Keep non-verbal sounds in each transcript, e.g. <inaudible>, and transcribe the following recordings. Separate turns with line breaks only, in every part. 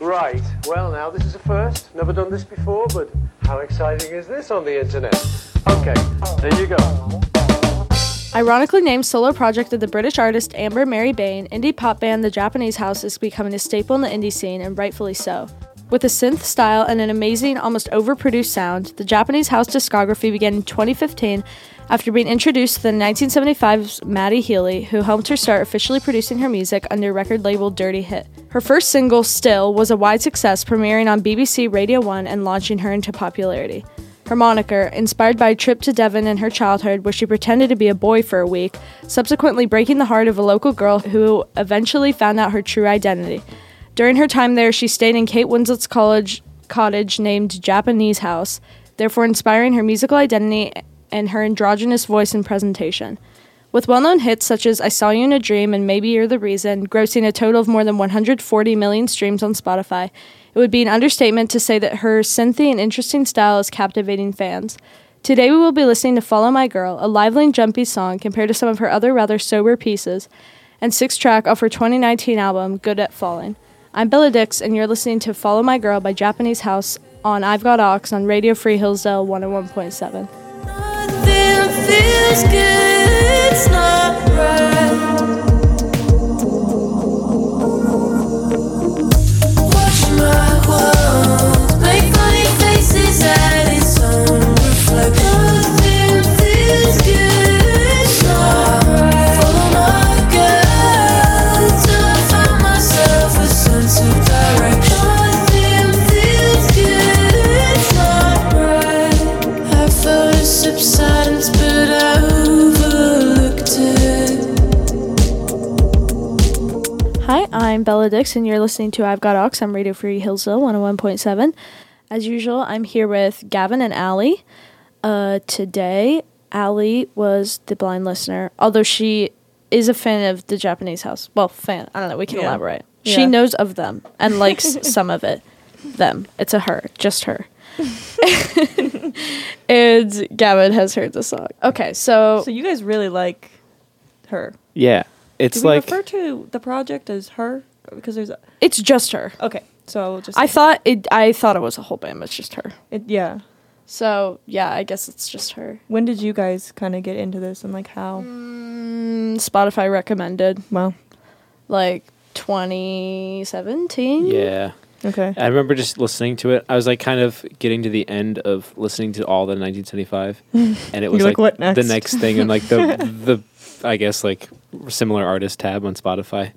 Right. Well, now this is a first. Never done this before, but how exciting is this on the internet? Okay, there you go.
Ironically named solo project of the British artist Amber Mary Bain, indie pop band The Japanese House is becoming a staple in the indie scene, and rightfully so. With a synth style and an amazing, almost overproduced sound, the Japanese House discography began in 2015 after being introduced to the 1975's Maddie Healy, who helped her start officially producing her music under record label Dirty Hit. Her first single, Still, was a wide success, premiering on BBC Radio 1 and launching her into popularity. Her moniker, inspired by a trip to Devon in her childhood where she pretended to be a boy for a week, subsequently breaking the heart of a local girl who eventually found out her true identity. During her time there, she stayed in Kate Winslet's college cottage named Japanese House, therefore inspiring her musical identity and her androgynous voice and presentation. With well known hits such as I Saw You in a Dream and Maybe You're the Reason, grossing a total of more than 140 million streams on Spotify, it would be an understatement to say that her synthy and interesting style is captivating fans. Today we will be listening to Follow My Girl, a lively and jumpy song compared to some of her other rather sober pieces, and sixth track off her 2019 album, Good at Falling. I'm Bella Dix, and you're listening to Follow My Girl by Japanese House on I've Got Ox on Radio Free Hillsdale 101.7.
Nothing feels good, it's not right. Watch my world make funny faces at its own reflection. Nothing feels good, it's not right. Follow my girl till I find myself a sense of direction. Nothing feels good, it's not right. I felt a subsidence, but I overlooked it.
Hi, I'm Bella Dix, and you're listening to I've Got Ox on Radio Free Hillsdale 101.7. As usual, I'm here with Gavin and Allie. Uh, today, Allie was the blind listener, although she is a fan of the Japanese house. Well, fan, I don't know, we can
Yeah.
elaborate.
Yeah.
She knows of them and
<laughs>
likes some of it. Them. It's a her, just her. <laughs> and Gavin has heard the song. Okay, so,
So you guys really like her.
Oh. Yeah,
Do
it's
we
like
refer to the project as her? Because there's a,
it's just her.
okay. So I will just
I thought it. I thought it was a whole band, but it's just her.
it, yeah.
So yeah, I guess it's just her.
When did you guys kind of get into this and like how?
Mm, Spotify recommended
Wow.
like 2017.
yeah.
Okay.
I remember just listening to it. I was like kind of getting to the end of listening to all the 1975, and it
<laughs>
was
You're like,
like,
"What
the
next?"
next thing, and like
<laughs>
the the I guess like similar artist tab on Spotify.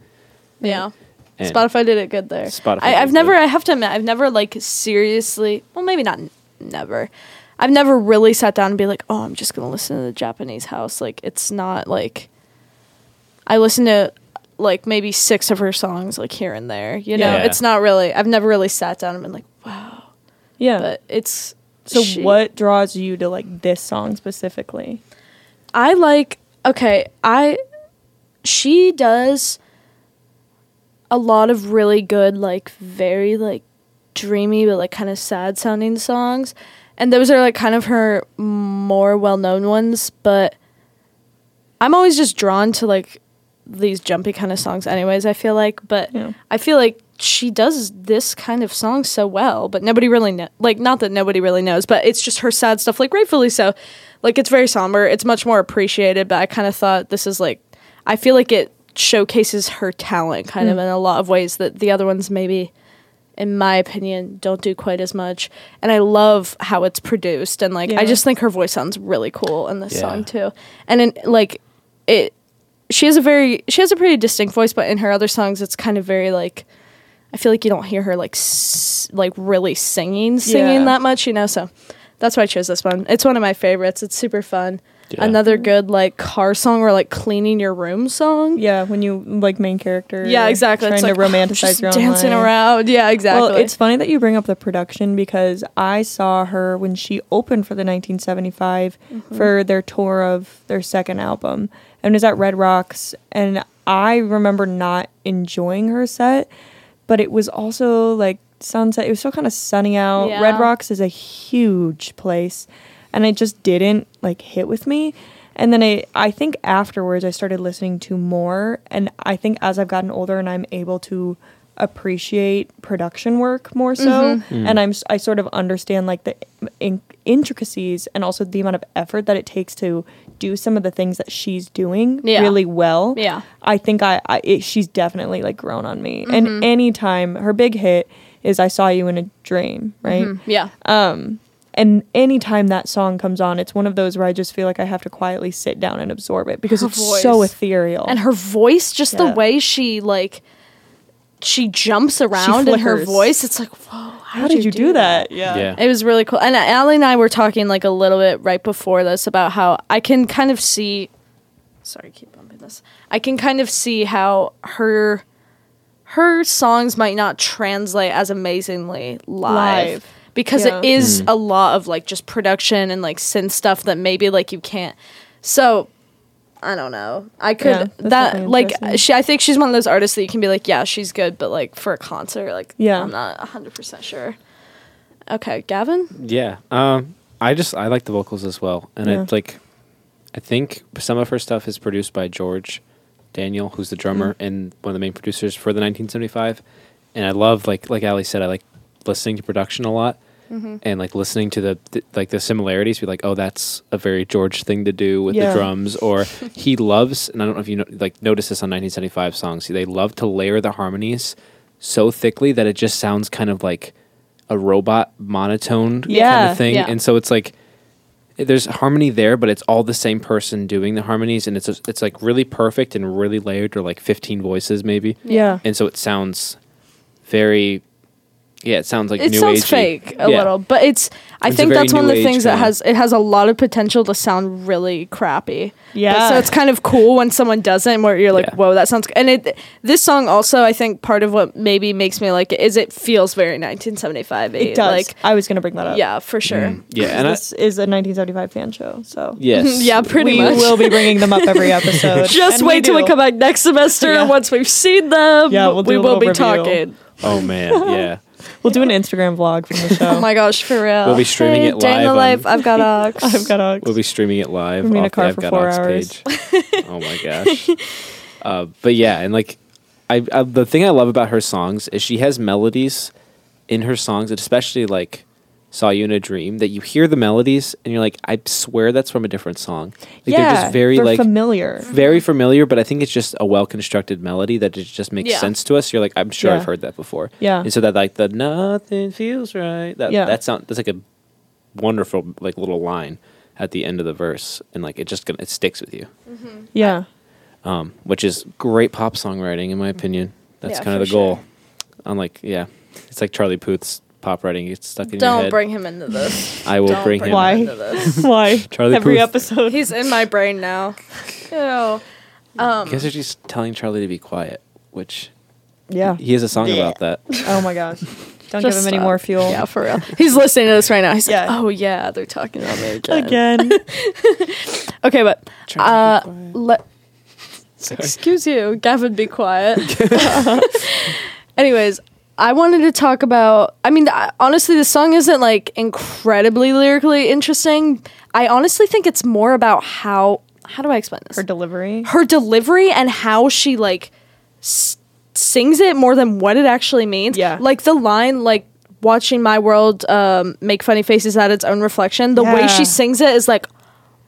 yeah.
And
Spotify did it good there.
Spotify
I,
did
I've
it
never.
good.
I have to admit, I've never like seriously. Well, maybe not. n- Never. I've never really sat down and be like, oh, I'm just gonna listen to the Japanese house. Like, it's not like. I listen to like maybe six of her songs like here and there. You know,
Yeah.
it's not really. I've never really sat down and been like, wow.
Yeah.
But it's
so
she-
what draws you to like this song specifically?
I like okay, I she does a lot of really good like very like dreamy but like kind of sad sounding songs and those are like kind of her more well-known ones but I'm always just drawn to like these jumpy kind of songs anyways I feel like but
Yeah.
I feel like she does this kind of song so well but nobody really know like not that nobody really knows but it's just her sad stuff like rightfully so like it's very somber it's much more appreciated but I kind of thought this is like I feel like it showcases her talent kind of in a lot of ways that the other ones maybe in my opinion don't do quite as much and I love how it's produced and like
Yeah.
I just think her voice sounds really cool in this
Yeah.
song too and in, like it she has a very she has a pretty distinct voice but in her other songs it's kind of very like I feel like you don't hear her like s- like really singing singing
Yeah.
that much you know so that's why I chose this one it's one of my favorites it's super fun
Yeah.
another good like car song or like cleaning your room song
Yeah, when you like main character.
yeah, exactly.
Trying
It's
to
like, oh,
romanticize
just
your own
dancing
life.
around. Yeah, exactly.
Well, it's funny that you bring up the production because I saw her when she opened for the 1975
Mm-hmm.
for their tour of their second album, and it was at Red Rocks. And I remember not enjoying her set, but it was also like sunset. It was still kind of sunny out.
Yeah.
Red Rocks is a huge place, and it just didn't like hit with me. And then I, I think afterwards I started listening to more, and I think as I've gotten older and I'm able to appreciate production work more so,
Mm-hmm.
Mm.
and I'm s- I sort of understand like the in- intricacies and also the amount of effort that it takes to do some of the things that she's doing
Yeah.
really well.
Yeah.
I think I, I it, she's definitely like grown on me.
Mm-hmm.
And any time her big hit is "I Saw You in a Dream," right?
Yeah.
And anytime that song comes on, it's one of those where I just feel like I have to quietly sit down and absorb it because
Her
it's so
voice.
ethereal.
and her voice, just the
Yeah.
way she like she jumps around in her
flickers.
voice, it's like, whoa, how,
how did you do that? Yeah.
Yeah.
It was really cool. And Allie and I were talking like a little bit right before this about how I can kind of see. Sorry, keep bumping this. I can kind of see how her her songs might not translate as amazingly live,
Live.
because it
Yeah. Mm.
is a lot of like just production and like synth stuff that maybe like you can't. So I don't know. I could
Yeah, that's
that
definitely
like
interesting.
she. I think she's one of those artists that you can be like, yeah, she's good, but like for a concert, like
Yeah.
I'm not hundred percent sure. Okay, Gavin.
Yeah. Um, I just I like the vocals as well, and
Yeah.
I like. I think some of her stuff is produced by George Daniel, who's the drummer
Mm-hmm.
and one of the main producers for the 1975. And I love like like Ali said, I like listening to production a lot.
Mm-hmm.
And like listening to the th- like the similarities, be like, oh, that's a very George thing to do with
Yeah.
the
<laughs>
drums, or he loves, and I don't know if you know, like notice this on 1975 songs. They love to layer the harmonies so thickly that it just sounds kind of like a robot monotone kind
Yeah.
of thing.
Yeah.
And so it's like there's harmony there, but it's all the same person doing the harmonies, and it's it's like really perfect and really layered, or like 15 voices maybe.
Yeah.
And so it sounds very, yeah, it sounds like
It
new
sounds
agey.
fake a
Yeah. Mm,
little, but it's. I
It's a
think
very
that's one of
new
the
age
things that
kinda-
has it has a lot of potential to sound really crappy.
Yeah.
so it's kind of cool when someone doesn't, where you're like,
Yeah.
whoa, that sounds. c-" And it this song also, I think part of what maybe makes me like it is it feels very 1975.
It does.
Like,
I was gonna bring that up.
yeah, for sure.
Mm, Yeah, and
<laughs>
I,
this is a 1975 fan show, so
yes,
Yeah, pretty
we
much.
will be bringing them up
<laughs>
every episode.
Just
And
wait till we
do.
come back next semester,
Yeah.
and once we've seen them,
Yeah, we'll do
we
a
will
little
be
review.
talking.
Oh man, yeah.
We'll do an Instagram vlog from
<laughs>
the show.
Oh my gosh, for real.
We'll be streaming it
Day in the
live
life, I've
<laughs>
got ox.
I've got a.
We'll be streaming it live
We'll be in a
off the
car
I've
for
Got
four
Ox
hours.
page. oh
<laughs>
my gosh. Uh, but yeah, and like, I, I the thing I love about her songs is she has melodies in her songs, especially like "Saw You in a Dream," that you hear the melodies and you're like, I swear that's from a different song. Like,
yeah,
they're just very
they're
like
familiar.
very familiar, but I think it's just a well constructed melody that it just makes
Yeah.
sense to us. You're like, I'm sure
Yeah.
I've heard that before.
Yeah.
And so that like the nothing feels right. That
Yeah.
that sound that's like a wonderful like little line at the end of the verse, and like it just gonna it sticks with you,
<laughs>
Yeah,
um, which is great pop songwriting in my opinion. That's
Yeah,
kind
for
of the goal. I'm like, yeah, it's like Charlie Puth's pop writing. It's stuck in your
Don't
head.
bring him into this.
I will
Don't
bring, him.
Why?
into this.
why?
Charlie
every
Puth.
episode.
He's in my brain now. Ew.
I guess they're just telling Charlie to be quiet, which
Yeah.
he has a song about that.
Oh my gosh. Don't
Just
give him any
stop.
more fuel.
Yeah, for real. He's listening to this right now. He's
Yeah.
like, oh yeah, they're talking about me again. <laughs>
Again.
Okay, but uh,
Charlie, be quiet.
let excuse you, Gavin, be
<laughs>
quiet. <laughs> Anyways, I wanted to talk about. I mean, I, honestly, the song isn't like incredibly lyrically interesting. I honestly think it's more about how. How do I explain this?
Her delivery.
her delivery and how she like s- sings it more than what it actually means.
Yeah.
Like the line, like watching my world um, make funny faces at its own reflection. The way
Yeah.
she sings it is like,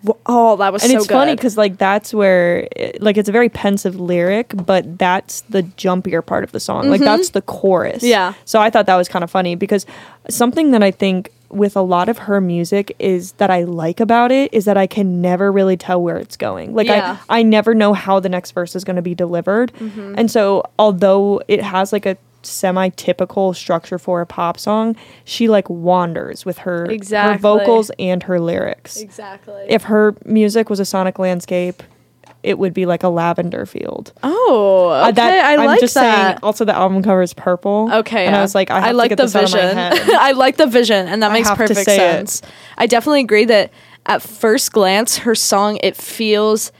w- oh, that was
And
so
it's
good.
funny because like that's where it, like it's a very pensive lyric, but that's the jumpier part of the song. Like that's the chorus.
Mm-hmm. Yeah.
So I thought that was kind of funny because something that I think with a lot of her music is that I like about it is that I can never really tell where it's going. Like
Yeah. Mm-hmm.
I I never know how the next verse is going to be delivered. And so although it has like a semi-typical structure for a pop song, she like wanders with her
Exactly.
her vocals and her lyrics
exactly.
if her music was a sonic landscape, it would be like a lavender field.
oh, okay,
Uh, that-
I
I'm
like
just
that.
saying. Also, the album cover is purple.
Okay.
and
yeah.
I was like, I, have to
like
get
the
this
vision.
Out of my
<laughs>
head.
I like the vision, and that
I
makes
have to
perfect
say it.
sense. I definitely agree that at first glance, her song it feels,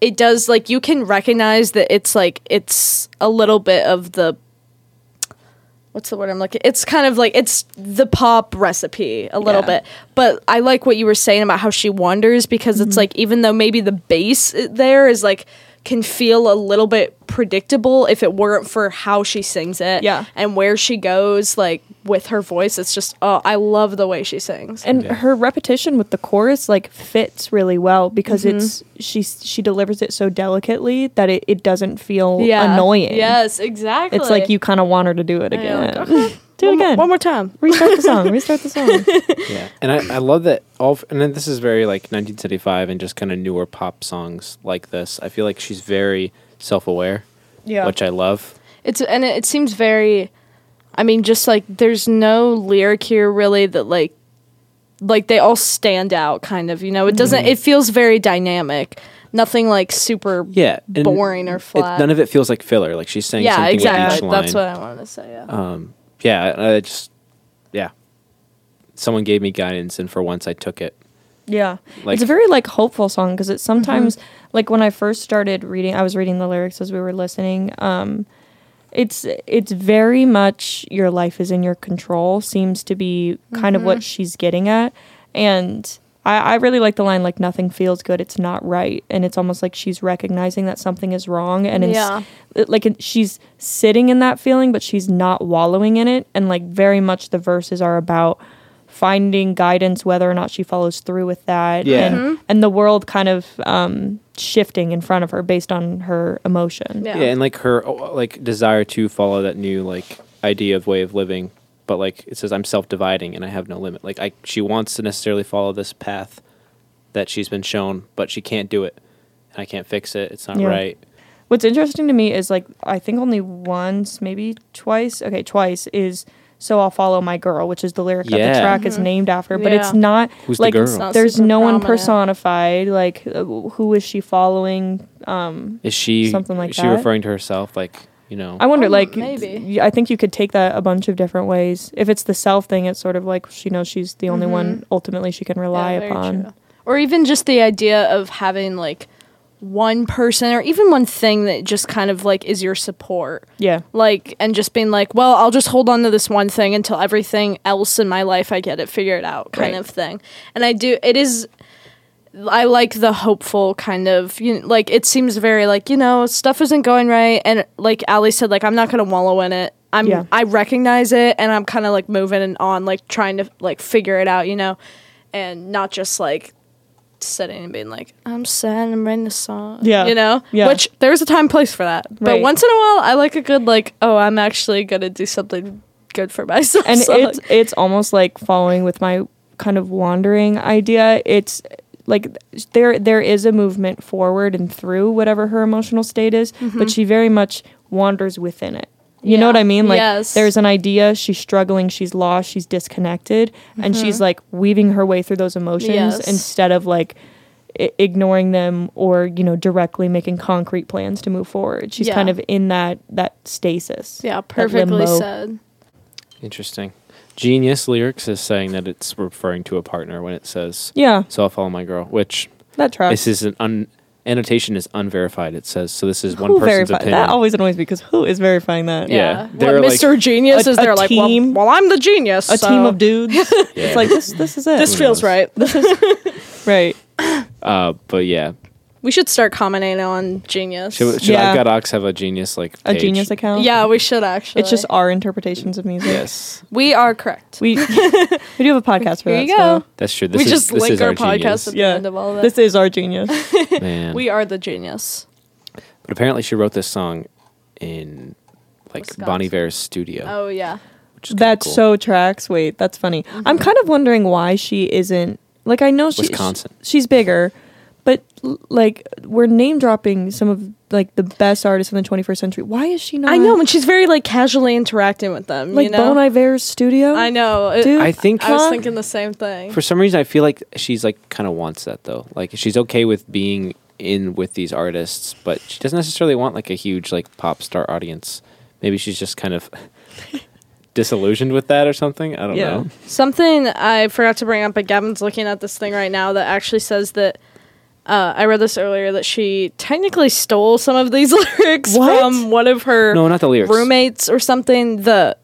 it does like you can recognize that it's like it's a little bit of the. What's the word I'm looking? It's kind of like it's the pop recipe a little
Yeah.
bit, but I like what you were saying about how she
Mm-hmm.
uh, wanders because it's like even though maybe the bass i- there is like can feel a little bit predictable if it weren't for how she sings <laughs> it
Yeah.
and where she goes like with her voice it's just oh i love the way she sings
and
Yeah.
her repetition with the chorus like fits really well because
Mm-hmm.
it's she she delivers it so delicately that it, it doesn't feel annoying
yes exactly
it's like you kind of want her to do it
Yeah,
again
like, okay,
<laughs> do it
one,
again
one more time
restart the song restart
<laughs>
the song
Yeah, and I, I love that all. f- And then this is very like 1975 and just kind of newer pop songs like this. I feel like she's very self-aware,
yeah
which I love.
It's and it, it seems very. I mean, just like there's no lyric here really that like, like they all stand out kind of. You know, it
Mm-hmm.
doesn't. It feels very dynamic. Nothing like super.
Yeah, and
Boring or
it-
flat.
none of it feels like filler. Like she's saying
Yeah.
something at
Exactly.
each
That's what
line.
I wanted to say. Yeah.
um, yeah, I, I just yeah. Someone gave me guidance, and for once I took it.
Yeah.
Like-
it's a very like hopeful song because it's sometimes like when I first started reading, I was reading the lyrics as we were listening. Um, it's it's very much your life is in your control seems to be kind of what she's getting at, and I, I really like the line like nothing feels good, it's not right, and it's almost like she's recognizing that something is wrong, and it's
Yeah.
it- like it, she's sitting in that feeling but she's not wallowing in it and like very much the verses are about finding guidance whether or not she follows through with that
Yeah.
and,
Mm-hmm.
and the world kind of um shifting in front of her based on her emotion
Yeah.
Yeah, and like her oh, like desire to follow that new like idea of way of living, but like it says I'm self dividing and I have no limit. Like I she wants to necessarily follow this path that she's been shown, but she can't do it. And I can't fix it. It's not
Yeah.
right.
what's interesting to me is like i think only once maybe twice okay twice is so i'll follow my girl which is the lyric that
Yeah.
the track is named after but it's
Mm-hmm. Yeah.
not
Who's the
like
girl? It's not
there's
super
no one
prominent.
personified like uh, who is she following
Is she
Something like
is she
that. Oh.
referring to herself like, you know
I wonder,
Um,
like,
maybe.
maybe. I think you could take that a bunch of different ways. If it's the self thing, it's sort of like she knows she's the only one ultimately she can rely
Mm-hmm. Yeah, very
upon.
true. Or even just the idea of having like one person or even one thing that just kind of like is your support.
Yeah.
like and just being like well i'll just hold on to this one thing until everything else in my life i get it figured out kind
Right.
of thing and i do it is i like the hopeful kind of you know, like it seems very like you know stuff isn't going right and like ali said like i'm not gonna wallow in it i'm
Yeah.
i recognize it and i'm kind of like moving and on like trying to like figure it out you know and not just like sitting and being like i'm sad i'm writing a song
Yeah.
you know
Yeah.
which there's a time and place for that but
Right.
once in a while i like a good like oh i'm actually gonna do something good for <laughs> myself
<laughs> And
song.
it's it's almost like following with my kind of wandering idea. It's like there there is a movement forward and through whatever her emotional state is, but she very much wanders within it. You know
Mm-hmm. Yeah.
what I mean? Like
Yes.
there's an idea, she's struggling, she's lost, she's disconnected, and she's like weaving her way through those emotions
Mm-hmm. Yes.
instead of like I- ignoring them or you know directly making concrete plans to move forward. She's
Yeah.
kind of in that that stasis.
yeah
that
perfectly
limbo.
said
Interesting. Genius lyrics is saying that it's referring to a partner when it says
Yeah,
So I'll follow my girl, which
that tracks.
this is an un annotation is unverified, it says. So this is one
who
person's
verifi-
opinion.
That Oh, always annoys me because who is verifying that?
Yeah.
What,
They're like-
mr genius
A-
is
a
there like well,
team-
well i'm the genius
A
so
team of
<laughs>
dudes.
Yeah.
It's like this. This is it.
this
Who
feels
knows?
right
<laughs>
<laughs>
right.
<laughs> uh but yeah,
we should start commenting on genius
Should, should
Yeah.
I've got Ox have a genius like
A
page?
genius account.
yeah we should actually
It's just our interpretations of music.
<laughs> Yes,
we are correct <laughs>
We we do have a podcast for
here
that.
you go
that's true. This
we
is,
just
this
link
is
our,
our
podcast at
Genius.
the
Yeah.
end of all of
So.
that
This is
<laughs>
our genius.
Man.
we are the genius
but apparently she wrote this song in like
Wisconsin.
Bonnie Vera's studio.
oh yeah
which is kinda
that
cool.
so tracks. Wait, that's funny.
Mm-hmm.
I'm kind of wondering why she isn't like I know she,
Wisconsin.
sh- she's bigger, but l- like we're name dropping some of like the best artists in the 21st century. Why is she not?
I know, and she's very like casually interacting with them.
like
you know,
Bon Iver's studio.
I know. It-
Dude,
I think
I was
Huh?
thinking the same thing.
for some reason I feel like she's like kind of wants that though. Like she's okay with being in with these artists, but she doesn't necessarily want like a huge like pop star audience. Maybe she's just kind of <laughs> disillusioned with that or something. I don't
Yeah.
know.
Something I forgot to bring up, but Gavin's looking at this thing right now that actually says that. Uh, I read this earlier that she technically stole some of these <laughs> lyrics
What?
from one of her
No, not the lyrics.
roommates or something. The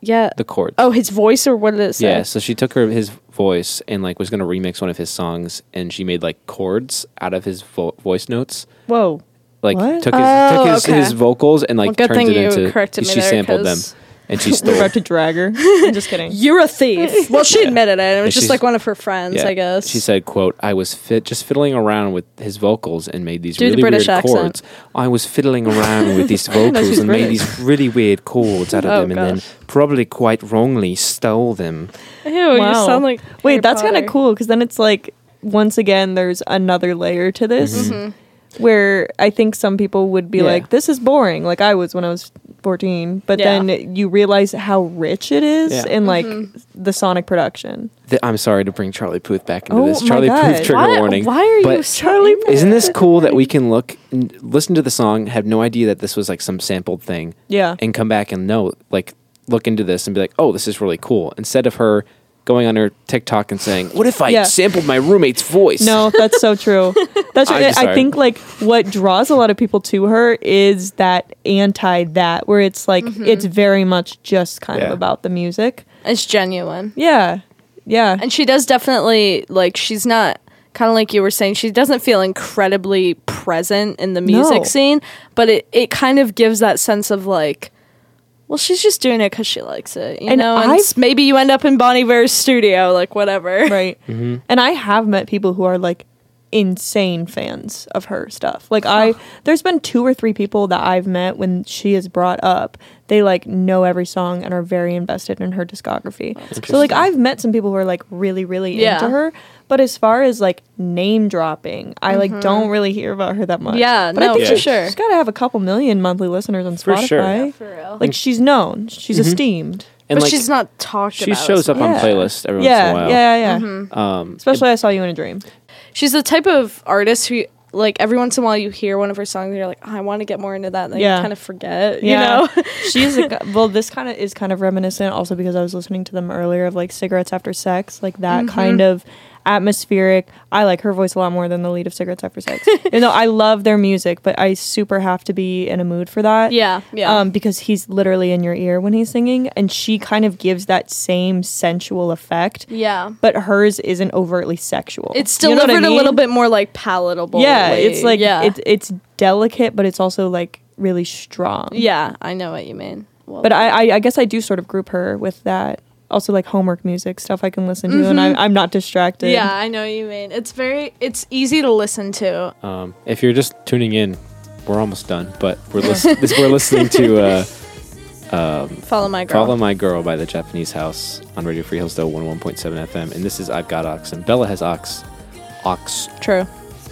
yeah.
The chords.
oh, his voice or what did it say?
Yeah, so she took her his voice and like was gonna remix one of his songs, and she made like chords out of his vo- voice notes,
Whoa.
Like
What?
took his
Oh,
took his,
okay.
his vocals and like
Well, good
turned
thing
it
you
into
corrected me
she
there,
sampled them
'cause-
and
<laughs>
she
They're
stole.
about to drag her. I'm just kidding.
You're a
<laughs>
thief. Well, she admitted it. and It was
And
just
she's-
like one of her friends,
Yeah.
I guess.
She said, "quote I was fit just fiddling around with his vocals and made these
Do the
really
British
weird
accent.
chords. I was fiddling around
<laughs>
with these vocals
she's
and made
British.
these really weird chords out of
Oh,
them, and
gosh.
then probably quite wrongly stole them."
Ew, you sound like
Wait,
Harry
that's kind of
Potter.
cool because then it's like once again there's another layer to this
Mm-hmm.
Mm-hmm.
where I think some people would be
Yeah.
like, "This is boring." Like I was when I was 14, but
Yeah.
then you realize how rich it is
Yeah.
in like
Mm-hmm.
the sonic production.
Th- I'm sorry to bring Charlie Puth back into
Oh
this.
my
Charlie
God.
Puth trigger
Why,
warning.
why are you
but
Charlie?
Isn't this cool that we can look, n- listen to the song, have no idea that this was like some sampled thing,
Yeah.
and come back and know, like, look into this and be like, oh, this is really cool. Instead of her going on her TikTok and saying, what if I
Yeah.
sampled my roommate's voice?
No, that's so true.
<laughs>
That's
I'm
right. I,
sorry.
think like what draws a lot of people to her is that anti that where it's like it's very much just kind of
Yeah.
about the music.
It's genuine.
Yeah. Yeah.
And she does definitely like she's not kind of like you were saying she doesn't feel incredibly present in the music
No.
scene, but it it kind of gives that sense of like well, she's just doing it because she likes it, you
And
know. And
I've-
s- maybe you end up in Bon Iver's studio, like whatever. <laughs>
right. And I have met people who are like insane fans of her stuff. Like I there's been two or three people that I've met when she is brought up. They like know every song and are very invested in her discography. So like I've met some people who are like really really
Yeah.
into her, but as far as like name dropping, I like don't really hear about her that much.
Yeah,
but I
no,
think
for
she's-
sure.
She's got to have a couple million monthly listeners on
For
Spotify.
sure. Yeah,
For real.
Like she's known, she's esteemed.
and
but
like,
she's not talked
she
about. as
shows up on
Yeah.
playlists every once in a
Yeah,
while.
yeah, yeah,
Mm-hmm.
Um,
Especially I saw you in a dream.
She's the type of artist who, like, every once in a while you hear one of her songs and you're like, "Oh, I want to get more into that. And then
Yeah.
you kind of forget, you know?
<laughs>
<laughs>
she's a, g- well. This kind of is kind of reminiscent, also because I was listening to them earlier of like cigarettes after sex, like that
Mm-hmm.
kind of atmospheric. I like her voice a lot more than the lead of cigarettes
<laughs>
after sex. you know, I love their music, but I super have to be in a mood for that.
Yeah, yeah.
Um, because he's literally in your ear when he's singing, and she kind of gives that same sensual effect.
yeah.
But hers isn't overtly sexual.
It's
You know what
delivered
I
a little
mean?
bit more like palatable.
Yeah,
way.
it's like
yeah,
it's it's delicate, but it's also like really strong.
yeah. I know what you mean. Well,
But I, I, I guess I do sort of group her with that. Also, like homework music stuff I can listen to, and I, I'm not distracted.
Mm-hmm. yeah, I know what you mean. It's very, it's easy to listen to.
Um, if you're just tuning in, we're almost done, but we're, lis- this- we're listening to uh,
Follow my girl.
Follow My Girl by the Japanese House on Radio Free Hillsdale 101.7 FM. And this is I've Got Ox, and Bella has Ox. Ox.
True.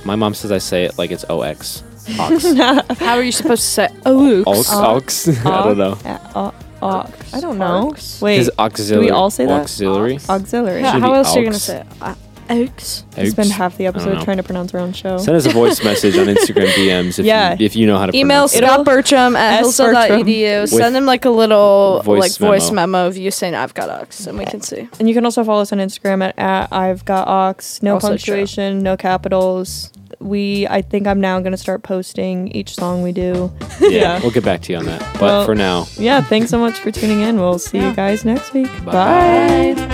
My mom says I say it like it's
<laughs>
OX. Ox.
How are you supposed to say? Oh,
Ox. Ox. I don't know.
Uh, uh, uh, I don't know. Wait,
His auxiliary.
all say that?
Auxiliary.
auxiliary.
Should
how
be
else are you gonna
Oaks.
say? it? Uh, Oaks.
We spend half the
I don't
episode
know.
trying to pronounce our own show.
Send us a voice message on Instagram
<laughs>
DMs if,
Yeah.
you, if you know how to
Email
pronounce it.
Scott Bertram at
S. Bertram.
hillsdale.edu. Send him like a little
voice
like voice
memo.
memo of you saying I've got ox, and we can see.
and you can also follow us on Instagram at, at I've got ox. No
Also true.
punctuation, no capitals. We, I think I'm now gonna start posting each song we do.
Yeah,
Yeah.
We'll get back to you on that. But
Well-
for now.
Yeah, thanks so much for tuning in. We'll see you guys next week.
Bye.
Bye.
Bye.